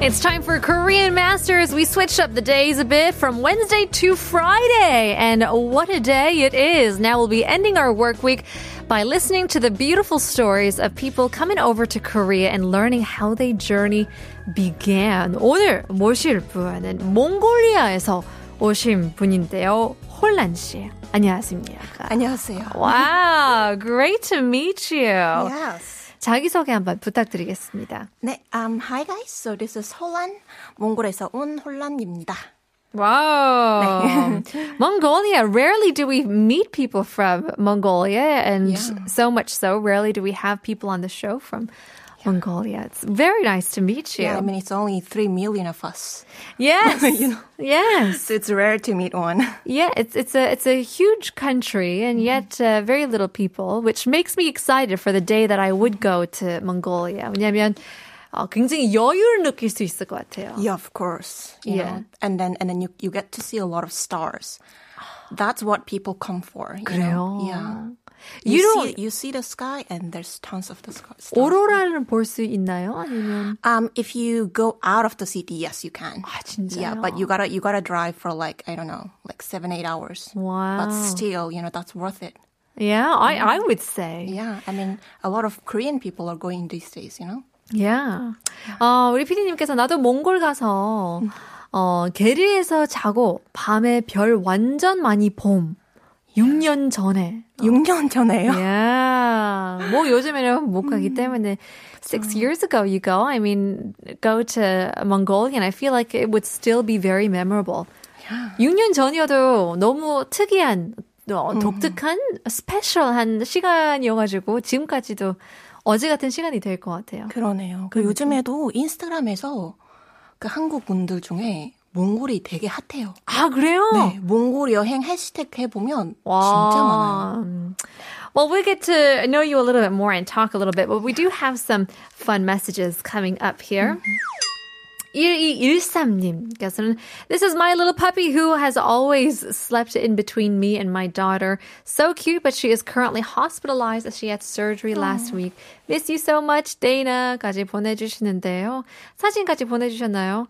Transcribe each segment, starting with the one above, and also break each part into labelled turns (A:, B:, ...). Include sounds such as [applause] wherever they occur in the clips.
A: It's time for Korean Masters. We switched up the days a bit from Wednesday to Friday, and what a day it is. Now we'll be ending our work week by listening to the beautiful stories of people coming over to Korea and learning how they journey began. 오늘 모실 분은 몽골리아에서 오신 분인데요. 혼란 씨. 안녕하십니까?
B: 안녕하세요.
A: Wow, great to meet you.
B: Yes.
A: 자기소개 한번 부탁드리겠습니다.
B: 네, um, hi guys. So this is 홀란. 몽골에서 온 홀란입니다. [laughs]
A: Wow. Mongolia. Rarely do we meet people from Mongolia, and so much so, rarely do we have people on the show from Mongolia. It's very nice to meet you.
B: Yeah, I mean it's only three million
A: [laughs]
B: of us. [laughs]
A: yes.
B: You know.
A: Yes.
B: So it's rare to meet one.
A: Yeah, it's it's a it's a huge country and
B: Mm-hmm.
A: yet uh, very little people, which makes me excited for the day that I would go to Mongolia. 왜냐면 어, 굉장히 여유를 느낄 수 있을 것 같아요.
B: Yeah, of course. You
A: Yeah.
B: Know? And then and then you you get to see a lot of stars. That's what people come for. You know?
A: 그래요.
B: Yeah.
A: You don't-
B: see, you see the sky and there's tons of the sky. stars.
A: 오로라는 볼 수 있나요? 아니면
B: Um, if you go out of the city, yes, you can.
A: 진짜요?
B: Yeah, but you gotta you gotta drive for like I don't know, like seven eight hours.
A: Wow.
B: But still, you know that's worth it.
A: Yeah, I, I would say.
B: Yeah, I mean a lot of Korean people are going these days. You know.
A: Yeah. 어, 우리 피디님께서 나도 몽골 가서 어, 게르에서 자고 밤에 별 완전 많이 봄. 6년 전에.
B: 어. 6년 전에요.
A: Yeah. 뭐 요즘에는 못 가기 때문에 six years ago you go. I mean, go to Mongolia and I feel like it would still be very memorable. 6년 전이어도 너무 특이한, 어, 독특한, 스페셜한 시간이어가지고 지금까지도 어제 같은 시간이 될 것 같아요.
B: 그러네요. 그 요즘에도 인스타그램에서 그 한국 분들 중에 몽골이 되게 핫해요.
A: 아 그래요?
B: 네, 몽골 여행 해시태그 해보면
A: 와.
B: 진짜 많아요.
A: Well, we'll get to know you a little bit more and talk a little bit, but we do have some fun messages coming up here. 1213님께서는 This is my little puppy who has always slept in between me and my daughter. So cute, but she is currently hospitalized as she had surgery last week. Miss you so much, Dana까지 보내주시는데요. 사진까지 보내주셨나요?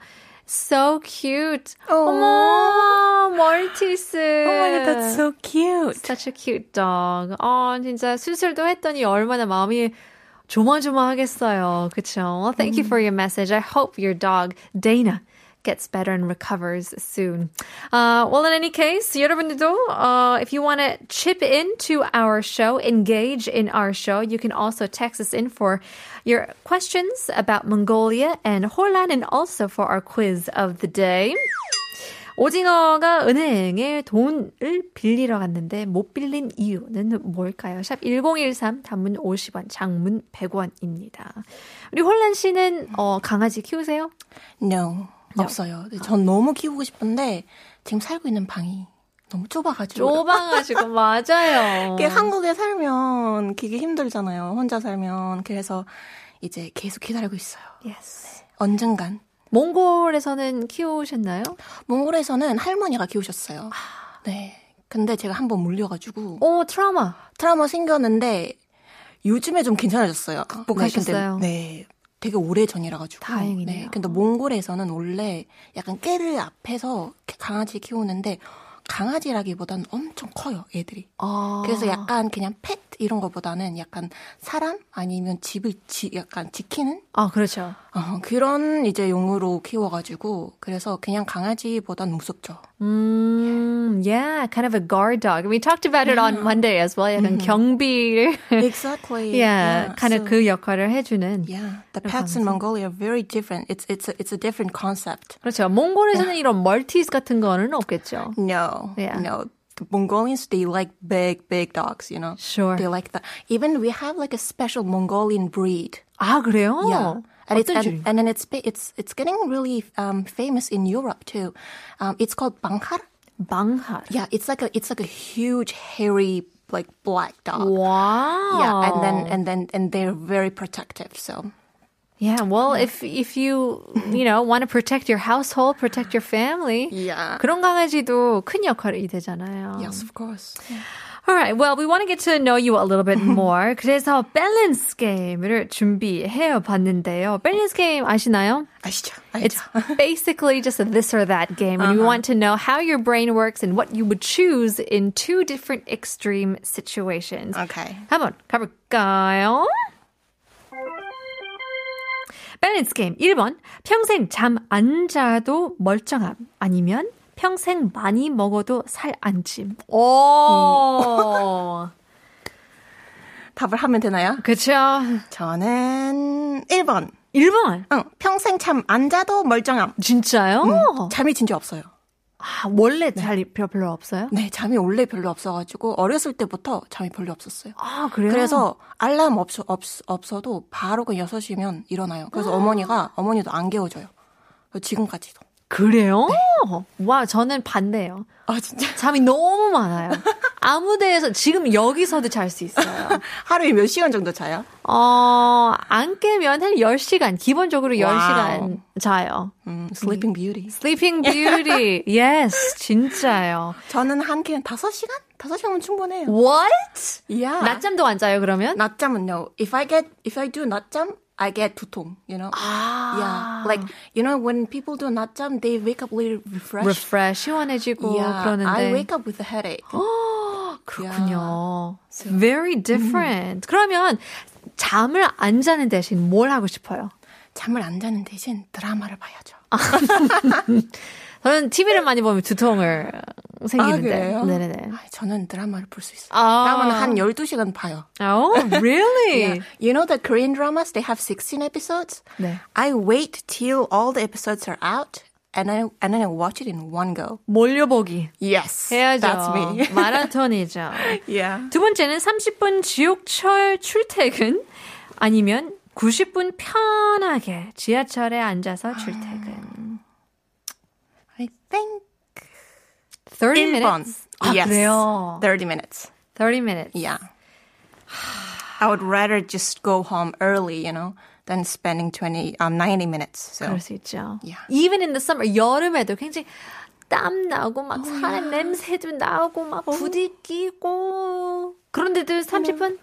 A: So cute. 어머, 멀티스.
B: Oh so cute.
A: Such a cute dog. 어, 진짜 수술도 했더니 얼마나 마음이 조마조마하겠어요. 그쵸? Well, thank you for your message. I hope your dog, Dana, gets better and recovers soon. Uh, well, in any case, 여러분들도 uh, if you want to chip into our show, engage in our show, you can also text us in for your questions about Mongolia and Holland and also for our quiz of the day. 오징어가 은행에 돈을 빌리러 갔는데 못 빌린 이유는 뭘까요? 샵 1013 단문 50원, 장문 100원입니다. 우리 혼란 씨는 어, 강아지 키우세요?
B: No, 없어요. 전 너무 키우고 싶은데 지금 살고 있는 방이 너무 좁아가지고.
A: 조방하시고 맞아요.
B: 이게 한국에 살면 그게 힘들잖아요. 혼자 살면. 그래서 이제 계속 기다리고 있어요.
A: Yes.
B: 언젠간.
A: 몽골에서는 키우셨나요?
B: 몽골에서는 할머니가 키우셨어요.
A: 아.
B: 네. 근데 제가 한번 물려가지고
A: 오 어, 트라우마.
B: 트라우마 생겼는데 요즘에 좀 괜찮아졌어요.
A: 극복하셨어요?
B: 네, 근데 네. 되게 오래 전이라 가지고.
A: 다행이네요.
B: 네. 근데 몽골에서는 원래 약간 깨를 앞에서 강아지 키우는데 강아지라기보다는 엄청 커요, 애들이.
A: 아.
B: 그래서 약간 그냥 펫 이런 거보다는 약간 사람 아니면 집을 지, 약간 지키는
A: 아 그렇죠.
B: 어, 그런 이제 용으로 키워가지고 그래서 그냥 강아지보단 무섭죠.
A: 음, yeah, kind of a guard dog. We talked about it on Monday as well. 약간 경비를, 예,
B: Exactly.
A: yeah, kind of
B: so-
A: 그 역할을 해주는.
B: Yeah, the pets in Mongolia are very different. It's it's a, it's a different concept.
A: 그렇죠. 몽골에서는 이런 멀티스 같은 거는 없겠죠.
B: No,
A: Yeah.
B: no. The Mongolians they like big big dogs. You know,
A: Sure.
B: they like that. Even we have like a special Mongolian breed.
A: 아 그래요?
B: Yeah. And, it's,
A: Oh, 어떤
B: and,
A: 줄?
B: and then it's ba- it's it's getting really um, famous in Europe too. Um, it's called Banghar.
A: 망할.
B: Yeah, it's like a it's like a huge hairy like black dog.
A: 와.
B: Yeah, and then and then and they're very protective. So
A: Yeah, well, if if you you know want to protect your household, protect your family,
B: Yeah.
A: 그런 강아지도 큰 역할이 되잖아요.
B: Yes, of course.
A: All right. Well, we want to get to know you a little bit more. 그래서 밸런스 게임을 준비해 봤는데요. 밸런스 게임 아시나요?
B: 아시죠?
A: It's
B: 알죠?
A: [laughs] basically just a this or that game, and we want to know how your brain works and what you would choose in two different extreme situations.
B: Okay.
A: 한번 가볼까요? 밸런스 게임 1번 평생 잠 안 자도 멀쩡함 아니면 평생 많이 먹어도 살 안 찜. 오.
B: 답을 하면 되나요?
A: [laughs] 그쵸.
B: 저는 1번.
A: 1번.
B: 응, 평생 잠 안 자도 멀쩡함.
A: 진짜요?
B: 잠이 진짜 없어요.
A: 아, 원래 잘 별로, 별로 없어요?
B: 네, 잠이 원래 별로 없어가지고 어렸을 때부터 잠이 별로 없었어요.
A: 아, 그래요?
B: 그래서 알람 없, 없, 없어도 바로 그 6시면 일어나요. 그래서 어머니가, 어머니도 안 깨워줘요. 그래서 지금까지도.
A: 그래요? 네. 와, 저는 반대예요.
B: 아, 진짜.
A: 잠이 너무 많아요. 아무 데에서, 지금 여기서도 잘 수 있어요.
B: [laughs] 하루에 몇 시간 정도 자요?
A: 어, 안 깨면 한 10시간, 기본적으로 10시간
B: 와우.
A: 자요.
B: 음, sleeping beauty.
A: Sleeping Beauty. yes, 진짜요.
B: 저는 한 끼는 5시간? 5시간은 충분해요.
A: What?
B: 이야.
A: 낮잠도 안 자요, 그러면?
B: 낮잠은요. If I get, if I do 낮잠, I get 두통, you know?
A: 아.
B: Yeah. Like, you know, when people do 낮잠, they wake up really refreshed.
A: refresh, 시원해지고
B: yeah.
A: 그러는데.
B: I wake up with a headache.
A: 아, 그렇군요. It's very different. 그러면 잠을 안 자는 대신 뭘 하고 싶어요?
B: 잠을 안 자는 대신 드라마를 봐야죠.
A: 저는 TV를 많이 보면 두통을 생기는데. 네네네.
B: 아, 저는 드라마를 볼 수 있어요.
A: 아.
B: 드라마는 한 12시간 봐요.
A: Oh, [laughs] really?
B: You know the Korean dramas, they have 16 episodes?
A: 네.
B: I wait till all the episodes are out and I, and then I watch it in one go.
A: 몰려보기.
B: Yes.
A: 해야죠.
B: That's
A: [laughs]
B: me. [laughs]
A: 마라톤이죠.
B: yeah.
A: 두 번째는 30분 지옥철 출퇴근 아니면 90분 편하게 지하철에 앉아서 출퇴근.
B: I think
A: 30
B: 1번.
A: minutes. 아,
B: yes.
A: 그래요.
B: 30 minutes.
A: 30 minutes.
B: Yeah. [sighs] I would rather just go home early, you know, than spending 20, um, 90 minutes. So.
A: 그럴 수 있죠.
B: Yeah.
A: Even in the summer, 여름에도 굉장히 땀 나고 막 사람 냄새도 나고 막 부딪히고 그런데도 30분?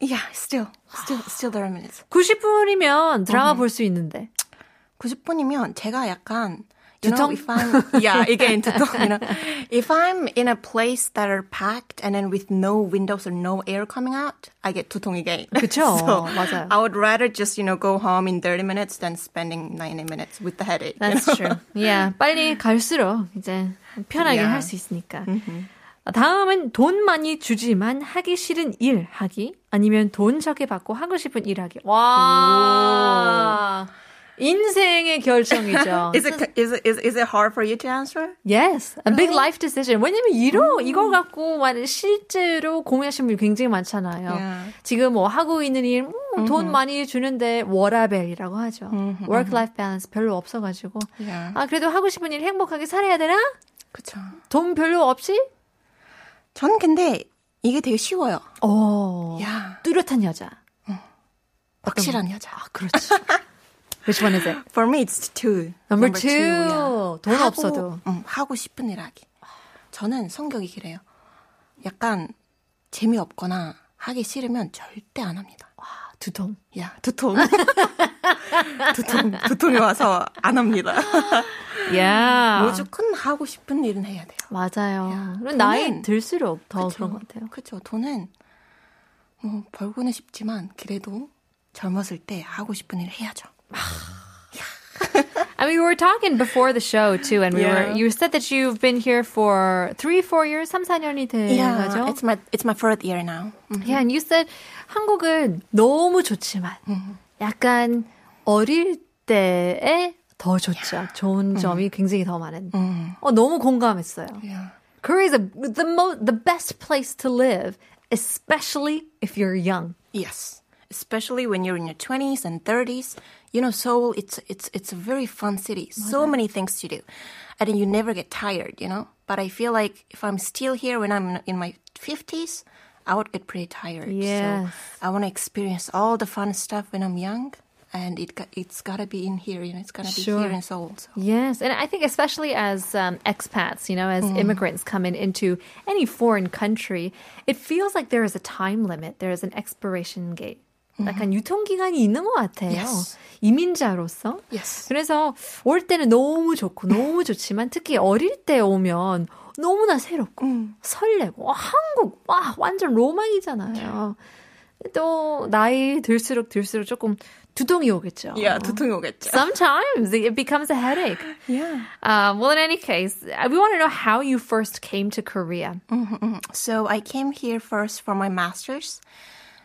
B: Yeah, still, still, still 30 minutes.
A: 90분이면 드라마 볼 수 있는데.
B: 90분이면 제가 약간 you
A: 두통?
B: know, if I'm, yeah, again, 두통. You know, if I'm in a place that are packed and then with no windows or no air coming out, I get 두통 again.
A: 그쵸,
B: [laughs] so
A: 맞아요.
B: I would rather just, you know, go home in 30 minutes than spending 90 minutes with the headache. you
A: That's
B: know?
A: true. [laughs] Yeah. 빨리 갈수록 이제 편하게
B: Yeah.
A: 할 수 있으니까. 아, 다음은 돈 많이 주지만 하기 싫은 일 하기 아니면 돈 적게 받고 하고 싶은 일 하기. 와. 인생의 [laughs] 결정이죠.
B: Is it, is, it, is, is it hard for you to answer?
A: Yes, a big life decision. 왜냐면 이러
B: 음.
A: 이걸 갖고 막 실제로 고민하시는 분이 굉장히 많잖아요.
B: Yeah.
A: 지금 뭐 하고 있는 일, 음, 돈 많이 주는데 워라벨이라고 하죠. Work-life balance 별로 없어가지고
B: Yeah.
A: 아 그래도 하고 싶은 일 행복하게 살아야 되나?
B: 그쵸.
A: 돈 별로 없이?
B: 저는 근데 이게 되게 쉬워요.
A: 어,
B: 야,
A: 뚜렷한 여자.
B: 확실한 여자.
A: 아
B: [laughs]
A: 그렇지. Which one is it?
B: For me, it's two.
A: Number,
B: Number
A: two.
B: yeah.
A: 돈
B: 하고,
A: 없어도.
B: 음, 하고 싶은 일 하기. 저는 성격이 그래요. 약간 재미없거나 하기 싫으면 절대 안 합니다.
A: 아, 두통.
B: 야, 두통. [laughs] 두통, 두통이 와서 안 합니다.
A: 야.
B: 무조건 하고 싶은 일은 해야 돼요.
A: 맞아요. 그리고
B: 돈은-
A: 나이 들수록 더
B: 그쵸?
A: 그런 것 같아요.
B: 그쵸. 돈은 뭐 벌고는 싶지만 그래도 젊었을 때 하고 싶은 일 해야죠.
A: I mean, we were talking before the show too, and we
B: Yeah.
A: were you said that you've been here for three, four years, 3, 4년이 된 거죠.
B: it's my it's my third year now. 음.
A: Yeah, and you said 한국은 너무 좋지만
B: Mm-hmm.
A: 약간 어릴 때에 더 좋죠. 좋은 점이 굉장히 더 많은. 어, 너무 공감했어요.
B: Mm-hmm. Yeah.
A: Korea is a, the mo- the best place to live, especially if you're young.
B: Yes, especially when you're in your 20s and 30s. You know, Seoul, it's it's it's a very fun city. So many things to do, and then you never get tired. You know, but I feel like if I'm still here when I'm in my 50s, I would get pretty tired.
A: Yes.
B: So I want to experience all the fun stuff when I'm young, and it got, it's gotta be in here. You know, it's gotta be
A: Sure.
B: here in Seoul. So.
A: Yes, and I think especially as um, expats, you know, as
B: Mm-hmm.
A: immigrants come in into any foreign country, it feels like there is a time limit. There is an expiration date. 약간 유통기간이 있는 것 같아요.
B: Mm-hmm. Yes.
A: 이민자로서.
B: Yes.
A: 그래서 올 때는 너무 좋고
B: [laughs]
A: 너무 좋지만 특히 어릴 때 오면 너무나 새롭고
B: 음.
A: 설레고 와, 한국 와 완전 로망이잖아요.
B: 네.
A: 또 나이 들수록 들수록 조금 두통이 오겠죠.
B: Yeah, 두통이 오겠죠.
A: Sometimes it becomes a headache.
B: Yeah.
A: Um, well, in any case, uh, we want to know how you first came to Korea.
B: So I came here first for my master's.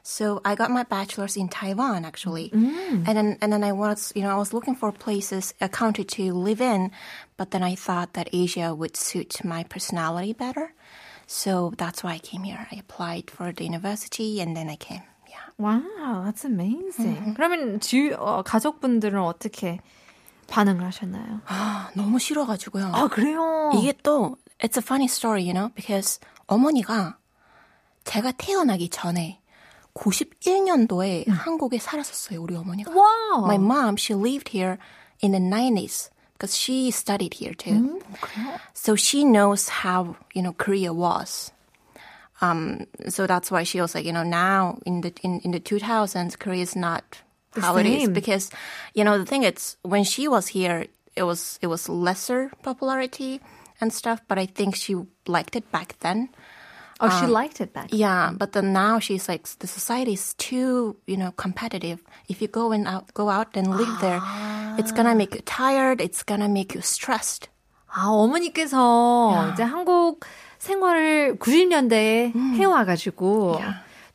B: So I got my bachelor's in Taiwan actually, and then and then I was you know I was looking for places a country to live in, but then I thought that Asia would suit my personality better, so that's why I came here. I applied for the university and then I came. Yeah.
A: Wow, that's amazing. 그러면 주 어, 가족분들은 어떻게 반응을 하셨나요?
B: [gasps] 아, 너무 싫어가지고요.
A: [gasps] 아 그래요.
B: 이게 또 it's a funny story, you know, because 어머니가 제가 태어나기 전에 91년도에 한국에 살았었어요, 우리 어머니가.
A: 음. 와우.
B: My mom, she lived here in the 90s because she studied here
A: 음,
B: too. So she knows how, you know, Korea was. Um, so that's why she was like, you know, now in the in, in the 2000s, Korea is not
A: The
B: how it is
A: same.
B: because, you know, the thing it's when she was here, it was it was lesser popularity and stuff, but I think she liked it back then.
A: oh, she liked it back.
B: Yeah, but then now she's like the society is too, you know, competitive. If you go and out, go out and live there,
A: Ah.
B: it's gonna make you tired. It's gonna make you stressed.
A: 아 어머니께서 이제 한국 생활을 90년대에 해와가지고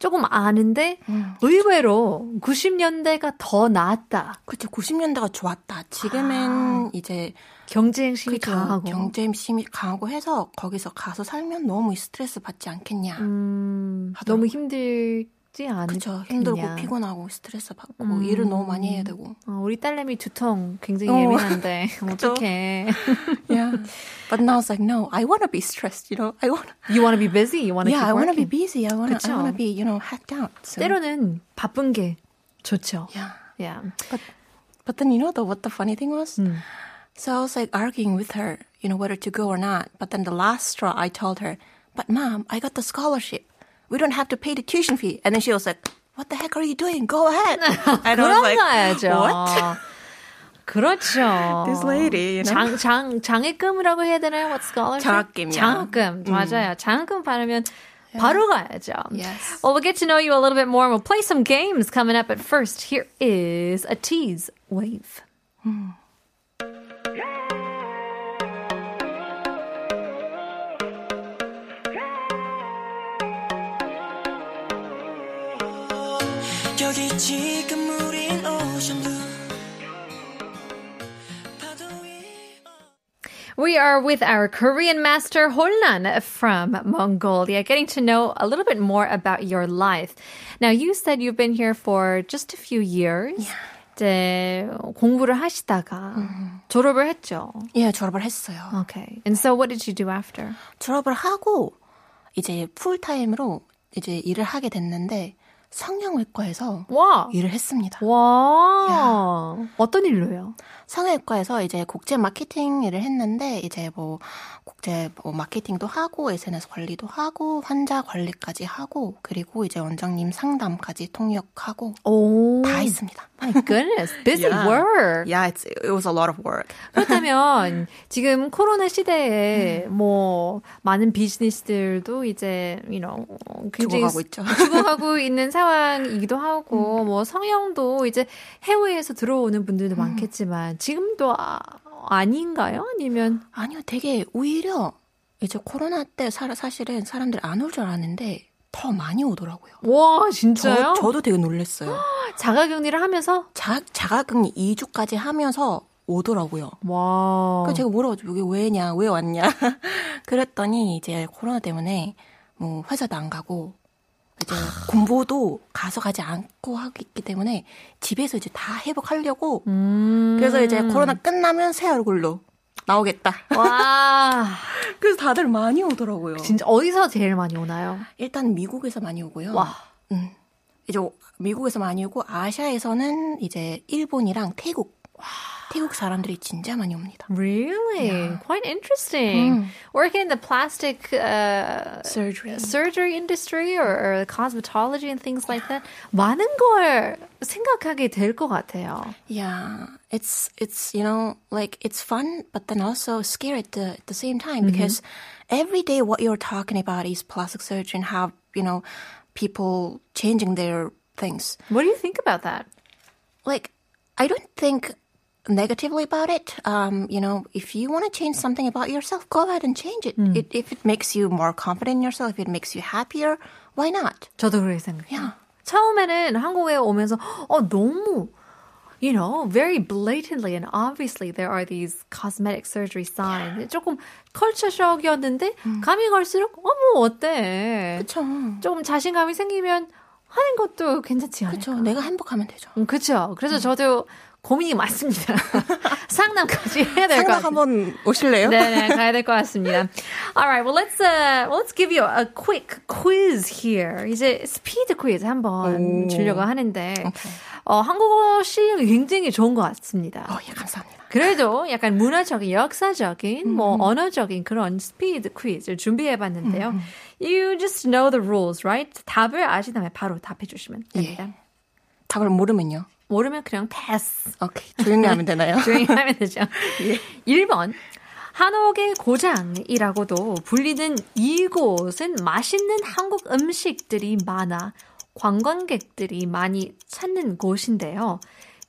A: 조금 아는데 의외로 90년대가 더 나았다.
B: 그쵸, 90년대가 좋았다. 지금은 이제
A: 경쟁심이
B: 그쵸,
A: 강하고.
B: 그렇죠. 경쟁심이 강하고 해서 거기서 가서 살면 너무 스트레스 받지 않겠냐.
A: 음, 너무 힘들지 않겠냐. 음.
B: 그쵸, 힘들고 피곤하고 스트레스 받고 일을 너무 많이 해야 되고.
A: 어, 우리 딸내미 두통 굉장히
B: 어. [laughs]
A: 예민한데 어떡해.
B: Yeah. [laughs] But now it's like, no, I wanna be stressed, you know? I wanna,
A: You wanna be busy. You wanna
B: yeah,
A: keep
B: I wanna be
A: working.
B: busy. I wanna, I
A: 그쵸.
B: wanna be, you know, hacked out. So,
A: 때로는 바쁜 게 좋죠.
B: yeah.
A: Yeah.
B: But then you know the, what the funny thing was? So I was like arguing with her, you know, whether to go or not. But then the last straw, I told her, but mom, I got the scholarship. We don't have to pay the tuition fee. And then she was like, what the heck are you doing?
A: [laughs]
B: Go ahead. [laughs] And I
A: 그런
B: was
A: 거야죠.
B: what?
A: [laughs] 그렇죠.
B: This lady, you know?
A: 장, 장, 장학금이라고 해야 되나요? What scholarship?
B: 장학금이요.
A: 장학금. 맞아요. 장학금 받으면 바로 가야죠.
B: Yes.
A: Well, we'll get to know you a little bit more and we'll play some games coming up. But first, here is a tease wave.
C: 여기 지금 우린 오션뷰 파도 위
A: We are with our Korean master Holnan from Mongolia, getting to know a little bit more about your life. Now, you said you've been here for just a few years. 이제 공부를 하시다가 졸업을 했죠.
B: 예, 졸업을 했어요.
A: Okay. And so what did you do after?
B: 졸업을 하고 이제 풀타임으로 이제 일을 하게 됐는데 성형외과에서
A: 와.
B: 일을 했습니다.
A: 와. 어떤 일로요?
B: 상해외과에서 이제 국제 마케팅 일을 했는데 이제 뭐 국제 뭐 마케팅도 하고 SNS 관리도 하고 환자 관리까지 하고 그리고 이제 원장님 상담까지 통역하고
A: 오.
B: 다 했습니다.
A: Oh goodness. Busy
B: Yeah.
A: work.
B: 음. Yeah, it's, it was a lot of work.
A: 그렇다면 지금 코로나 시대에
B: 음.
A: 뭐 많은 비즈니스들도 이제 you know 굉장히
B: 죽어가고 있죠. 음.
A: 죽어가고 있는 상황이기도 하고 뭐 성형도 이제 해외에서 들어오는 분들도 많겠지만 지금도 아, 아닌가요? 아니면
B: [laughs] 아니요, 되게 오히려 이제 코로나 때 사, 사실은 사람들이 안 올 줄 알았는데 더 많이 오더라고요.
A: 와 진짜요?
B: 저, 저도 되게 놀랐어요.
A: 자가격리를 하면서
B: [gasps] 자, 자가격리 2주까지 하면서 오더라고요.
A: 와
B: 그 제가 물어봤죠. 여기 왜냐, 왜 왔냐. [laughs] 그랬더니 이제 코로나 때문에 뭐 회사도 안 가고 이제
A: 아.
B: 공부도 가서 가지 않고 하고 있기 때문에 집에서 이제 다 회복하려고
A: 음.
B: 그래서 이제 코로나 끝나면 새 얼굴로 나오겠다. [laughs]
A: 와
B: 그래서 다들
A: 그
B: 많이 오더라고요.
A: 진짜 어디서 제일 많이 오나요?
B: 일단 미국에서 많이 오고요.
A: 와
B: 음. 이제 미국에서 많이 오고 아시아에서는 이제 일본이랑 태국 태국 사람들이 진짜 많이 옵니다.
A: Really? Quite
B: 음.
A: interesting. Working in the plastic uh,
B: Surgery.
A: surgery industry or, or cosmetology and things like that. 많은 걸 생각하게 될 것 같아요.
B: Yeah, it's it's you know like it's fun, but then also scary at the at the same time because every day what you're talking about is plastic surgery and how you know people changing their things.
A: What do you think about that?
B: Like, I don't think negatively about it. Um, you know, if you want to change something about yourself, go ahead and change it. it. If it makes you more confident in yourself, if it makes you happier, why not?
A: 저도 그렇게 생각해요. 처음에는 한국에 오면서 어 너무 you know very blatantly and obviously there are these cosmetic surgery signs. 조금 컬처 쇼크였는데 감이 갈수록 어머 어때?
B: 그쵸.
A: 조금 자신감이 생기면 하는 것도 괜찮지 않아요?
B: 그쵸. 내가 행복하면 되죠.
A: 음, 그렇죠. 그래서 저도 고민이 많습니다. [laughs] 상담까지 해야 될 것 같아요.
B: 한번 오실래요?
A: 네네, 가야 될것 같습니다. Alright, well let's uh, well, let's give you a quick quiz here. 이제 스피드 퀴즈 한번 주려고 하는데 어, 한국어 실력이 굉장히 좋은 것 같습니다.
B: 어, 예, 감사합니다.
A: 그래도 약간 문화적인, 역사적인, 뭐 언어적인 그런 스피드 퀴즈를 준비해봤는데요. You just know the rules, right? 답을 아시다면 바로 답해주시면 됩니다.
B: 답을 모르면요.
A: 모르면 그냥 패스.
B: 오케이. 조용히 하면
A: [laughs]
B: 되나요?
A: 조용히 하면 되죠. 1번. 한옥의 고장이라고도 불리는 이곳은 맛있는 한국 음식들이 많아 관광객들이 많이 찾는 곳인데요.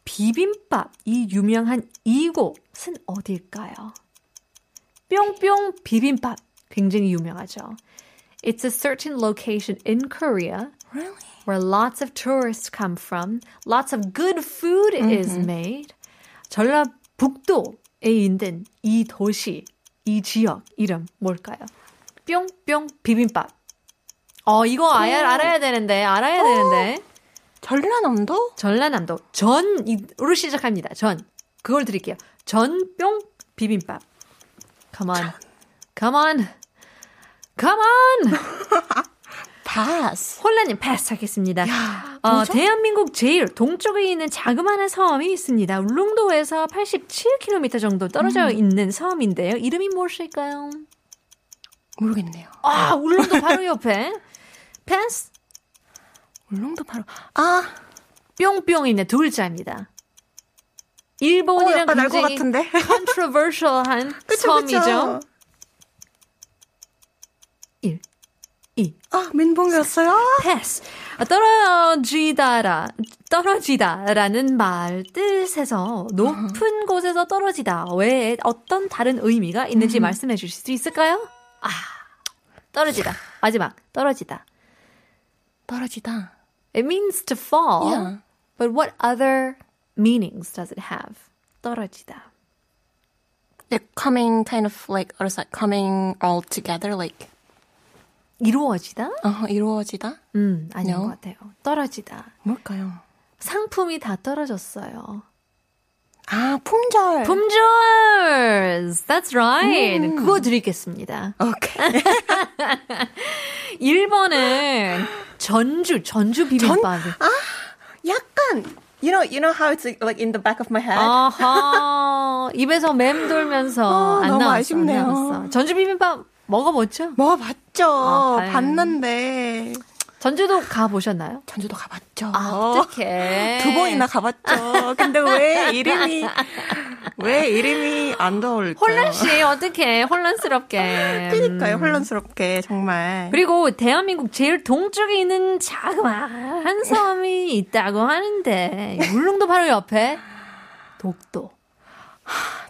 A: 비빔밥이 유명한 이곳은 어딜까요? 뿅뿅 비빔밥 굉장히 유명하죠. It's a certain location in Korea
B: [laughs] Really?
A: where lots of tourists come from. Lots of good food is made. 전라북도에 있는 이 도시, 이 지역 이름 뭘까요? 뿅뿅 비빔밥. 어, 이거 아야, 알아야 되는데, 알아야 되는데.
B: 전라남도?
A: 전라남도 전으로 시작합니다. 전. 그걸 드릴게요. 전뿅 비빔밥. Come on. Come on. Come on.
B: 파스.
A: 혼란님 패스하겠습니다. 어, 대한민국 제일 동쪽에 있는 자그마한 섬이 있습니다. 울릉도에서 87km 정도
B: 음.
A: 떨어져 있는 섬인데요. 이름이 무엇일까요?
B: 모르겠네요.
A: 아, 울릉도 바로 옆에 패스
B: 울릉도 바로. 아,
A: 뿅뿅이네 둘자입니다.
B: 어,
A: 일본이랑
B: 약간 알것
A: 굉장히
B: 같은데. [laughs]
A: controversial한 섬이죠. 1, 2,
B: 아, 민봉이었어요?
A: 패스. 아, 떨어지다라, 떨어지다라는 말 뜻에서
B: 음.
A: 높은 곳에서 떨어지다 외에 어떤 다른 의미가 있는지
B: 음.
A: 말씀해 주실 수 있을까요? 아, 떨어지다. 마지막, 떨어지다.
B: 떨어지다.
A: It means to fall,
B: Yeah.
A: but what other meanings does it have? 떨어지다.
B: They're coming kind of like, or is that coming all together? Like,
A: 이루어지다?
B: 어, 이루어지다?
A: 음, 아닌
B: No.
A: 것 같아요. 떨어지다.
B: 뭘까요?
A: 상품이 다 떨어졌어요.
B: 아, 품절.
A: 품절! That's right.
B: 음.
A: 그거 드리겠습니다.
B: 오케이.
A: 1번은 전주, 전주 비빔밥.
B: 아, 약간, you know, you know how it's like in the back of my head?
A: 아하. 입에서 맴돌면서
B: 아,
A: 안
B: 너무
A: 나왔어. 안
B: 아쉽네요.
A: 나왔어. 전주 비빔밥 먹어봤죠?
B: 먹어봤죠.
A: 아, 다행이네.
B: 봤는데.
A: 전주도 가보셨나요?
B: 전주도 가봤죠.
A: 어떡해.
B: 아. 두 번이나 가봤죠. 근데 왜 이름이, 왜 이름이 안 떠올까요?
A: 혼란씨, 어떡해. 혼란스럽게.
B: [laughs]
A: 음.
B: 그니까요, 혼란스럽게, 정말.
A: 그리고 대한민국 제일 동쪽에 있는 자그마한 섬이 있다고 하는데 울릉도 바로 옆에 독도.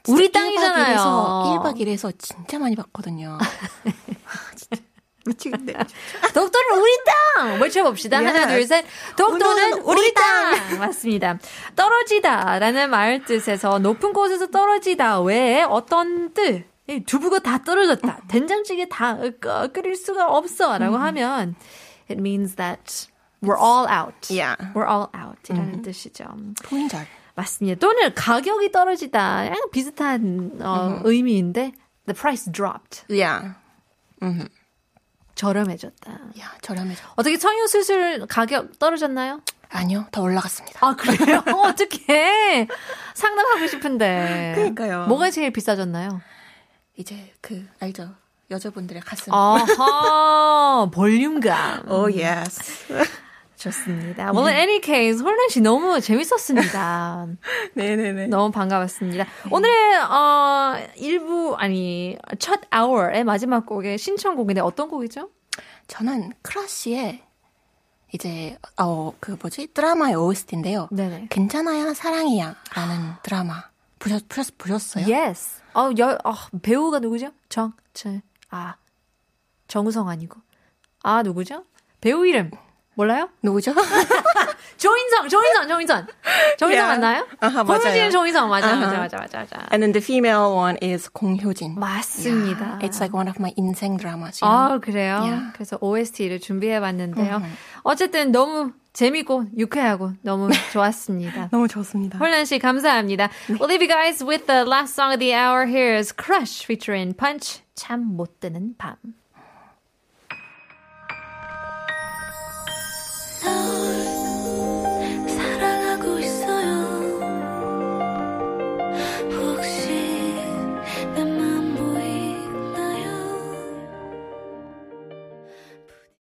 A: 우리 땅이잖아요.
B: 1박 2일에서 진짜 많이 봤거든요. 아, 진짜. [laughs] 미치겠네.
A: 아, 독도는 우리 땅! 뭐 외쳐봅시다. 하나,
B: Yes.
A: 둘, 셋. 독도는
B: 오늘은
A: 우리,
B: 우리
A: 땅! [laughs] 맞습니다. 떨어지다 라는 말 뜻에서 높은 곳에서 떨어지다 외에 어떤 뜻? 이 두부가 다 떨어졌다. 된장찌개 다 끓- 끓일 수가 없어. 라고
B: 음.
A: 하면 it means that we're all out.
B: Yeah. 음.
A: We're all out. 이라는 뜻이죠.
B: 포인절.
A: 맞습니다. 또는 가격이 떨어지다. 약간 비슷한 어,
B: 음.
A: 의미인데 the price dropped.
B: 야.
A: 저렴해졌다.
B: 야, 저렴해져.
A: 어떻게 성형수술 가격 떨어졌나요?
B: 아니요, 더 올라갔습니다.
A: 아 [laughs] 그래요? 어떡해 상담하고 싶은데.
B: 그러니까요.
A: 뭐가 제일 비싸졌나요?
B: [laughs] 이제 그 알죠? 여자분들의
A: 네.
B: 가슴.
A: 아하 볼륨감.
B: 오 [laughs] 예스.
A: 어, 좋습니다. Well, in any case, 홀렌 씨 너무 [laughs] 재밌었습니다.
B: 네네네.
A: 너무 반가웠습니다. 오늘의 어, 일부 아니 첫 hour의 마지막 곡의 신청곡인데 어떤 곡이죠?
B: 저는 크러쉬의 이제 어그 뭐지 드라마의 OST인데요.
A: 네네. 아.
B: 괜찮아요 사랑이야라는 드라마 보셨 보셨 보셨어요?
A: Yes. 어, 여, 어, 배우가 누구죠? 정, 저, 아, 정우성 아니고. 아, 누구죠? 배우 이름. 몰라요?
B: 누구죠? [laughs]
A: 조인성, 조인성, 조인성. 조인성
B: Yeah.
A: 맞나요?
B: 아하,
A: 고무신
B: 맞아요.
A: 조인성, 맞아, 맞아,
B: 아하.
A: 맞아, 맞아, 맞아.
B: And then the female one is 공효진.
A: 맞습니다.
B: It's like one of my 인생 드라마s. you know?
A: 아, 그래요?
B: Yeah.
A: 그래서 OST를 준비해봤는데요. 어쨌든 너무 재밌고 유쾌하고 너무 [laughs] 좋았습니다.
B: 너무 좋습니다.
A: 홀란 씨 감사합니다. We'll leave you guys with the last song of the hour. Here's Crush featuring Punch. 참 못 드는 밤.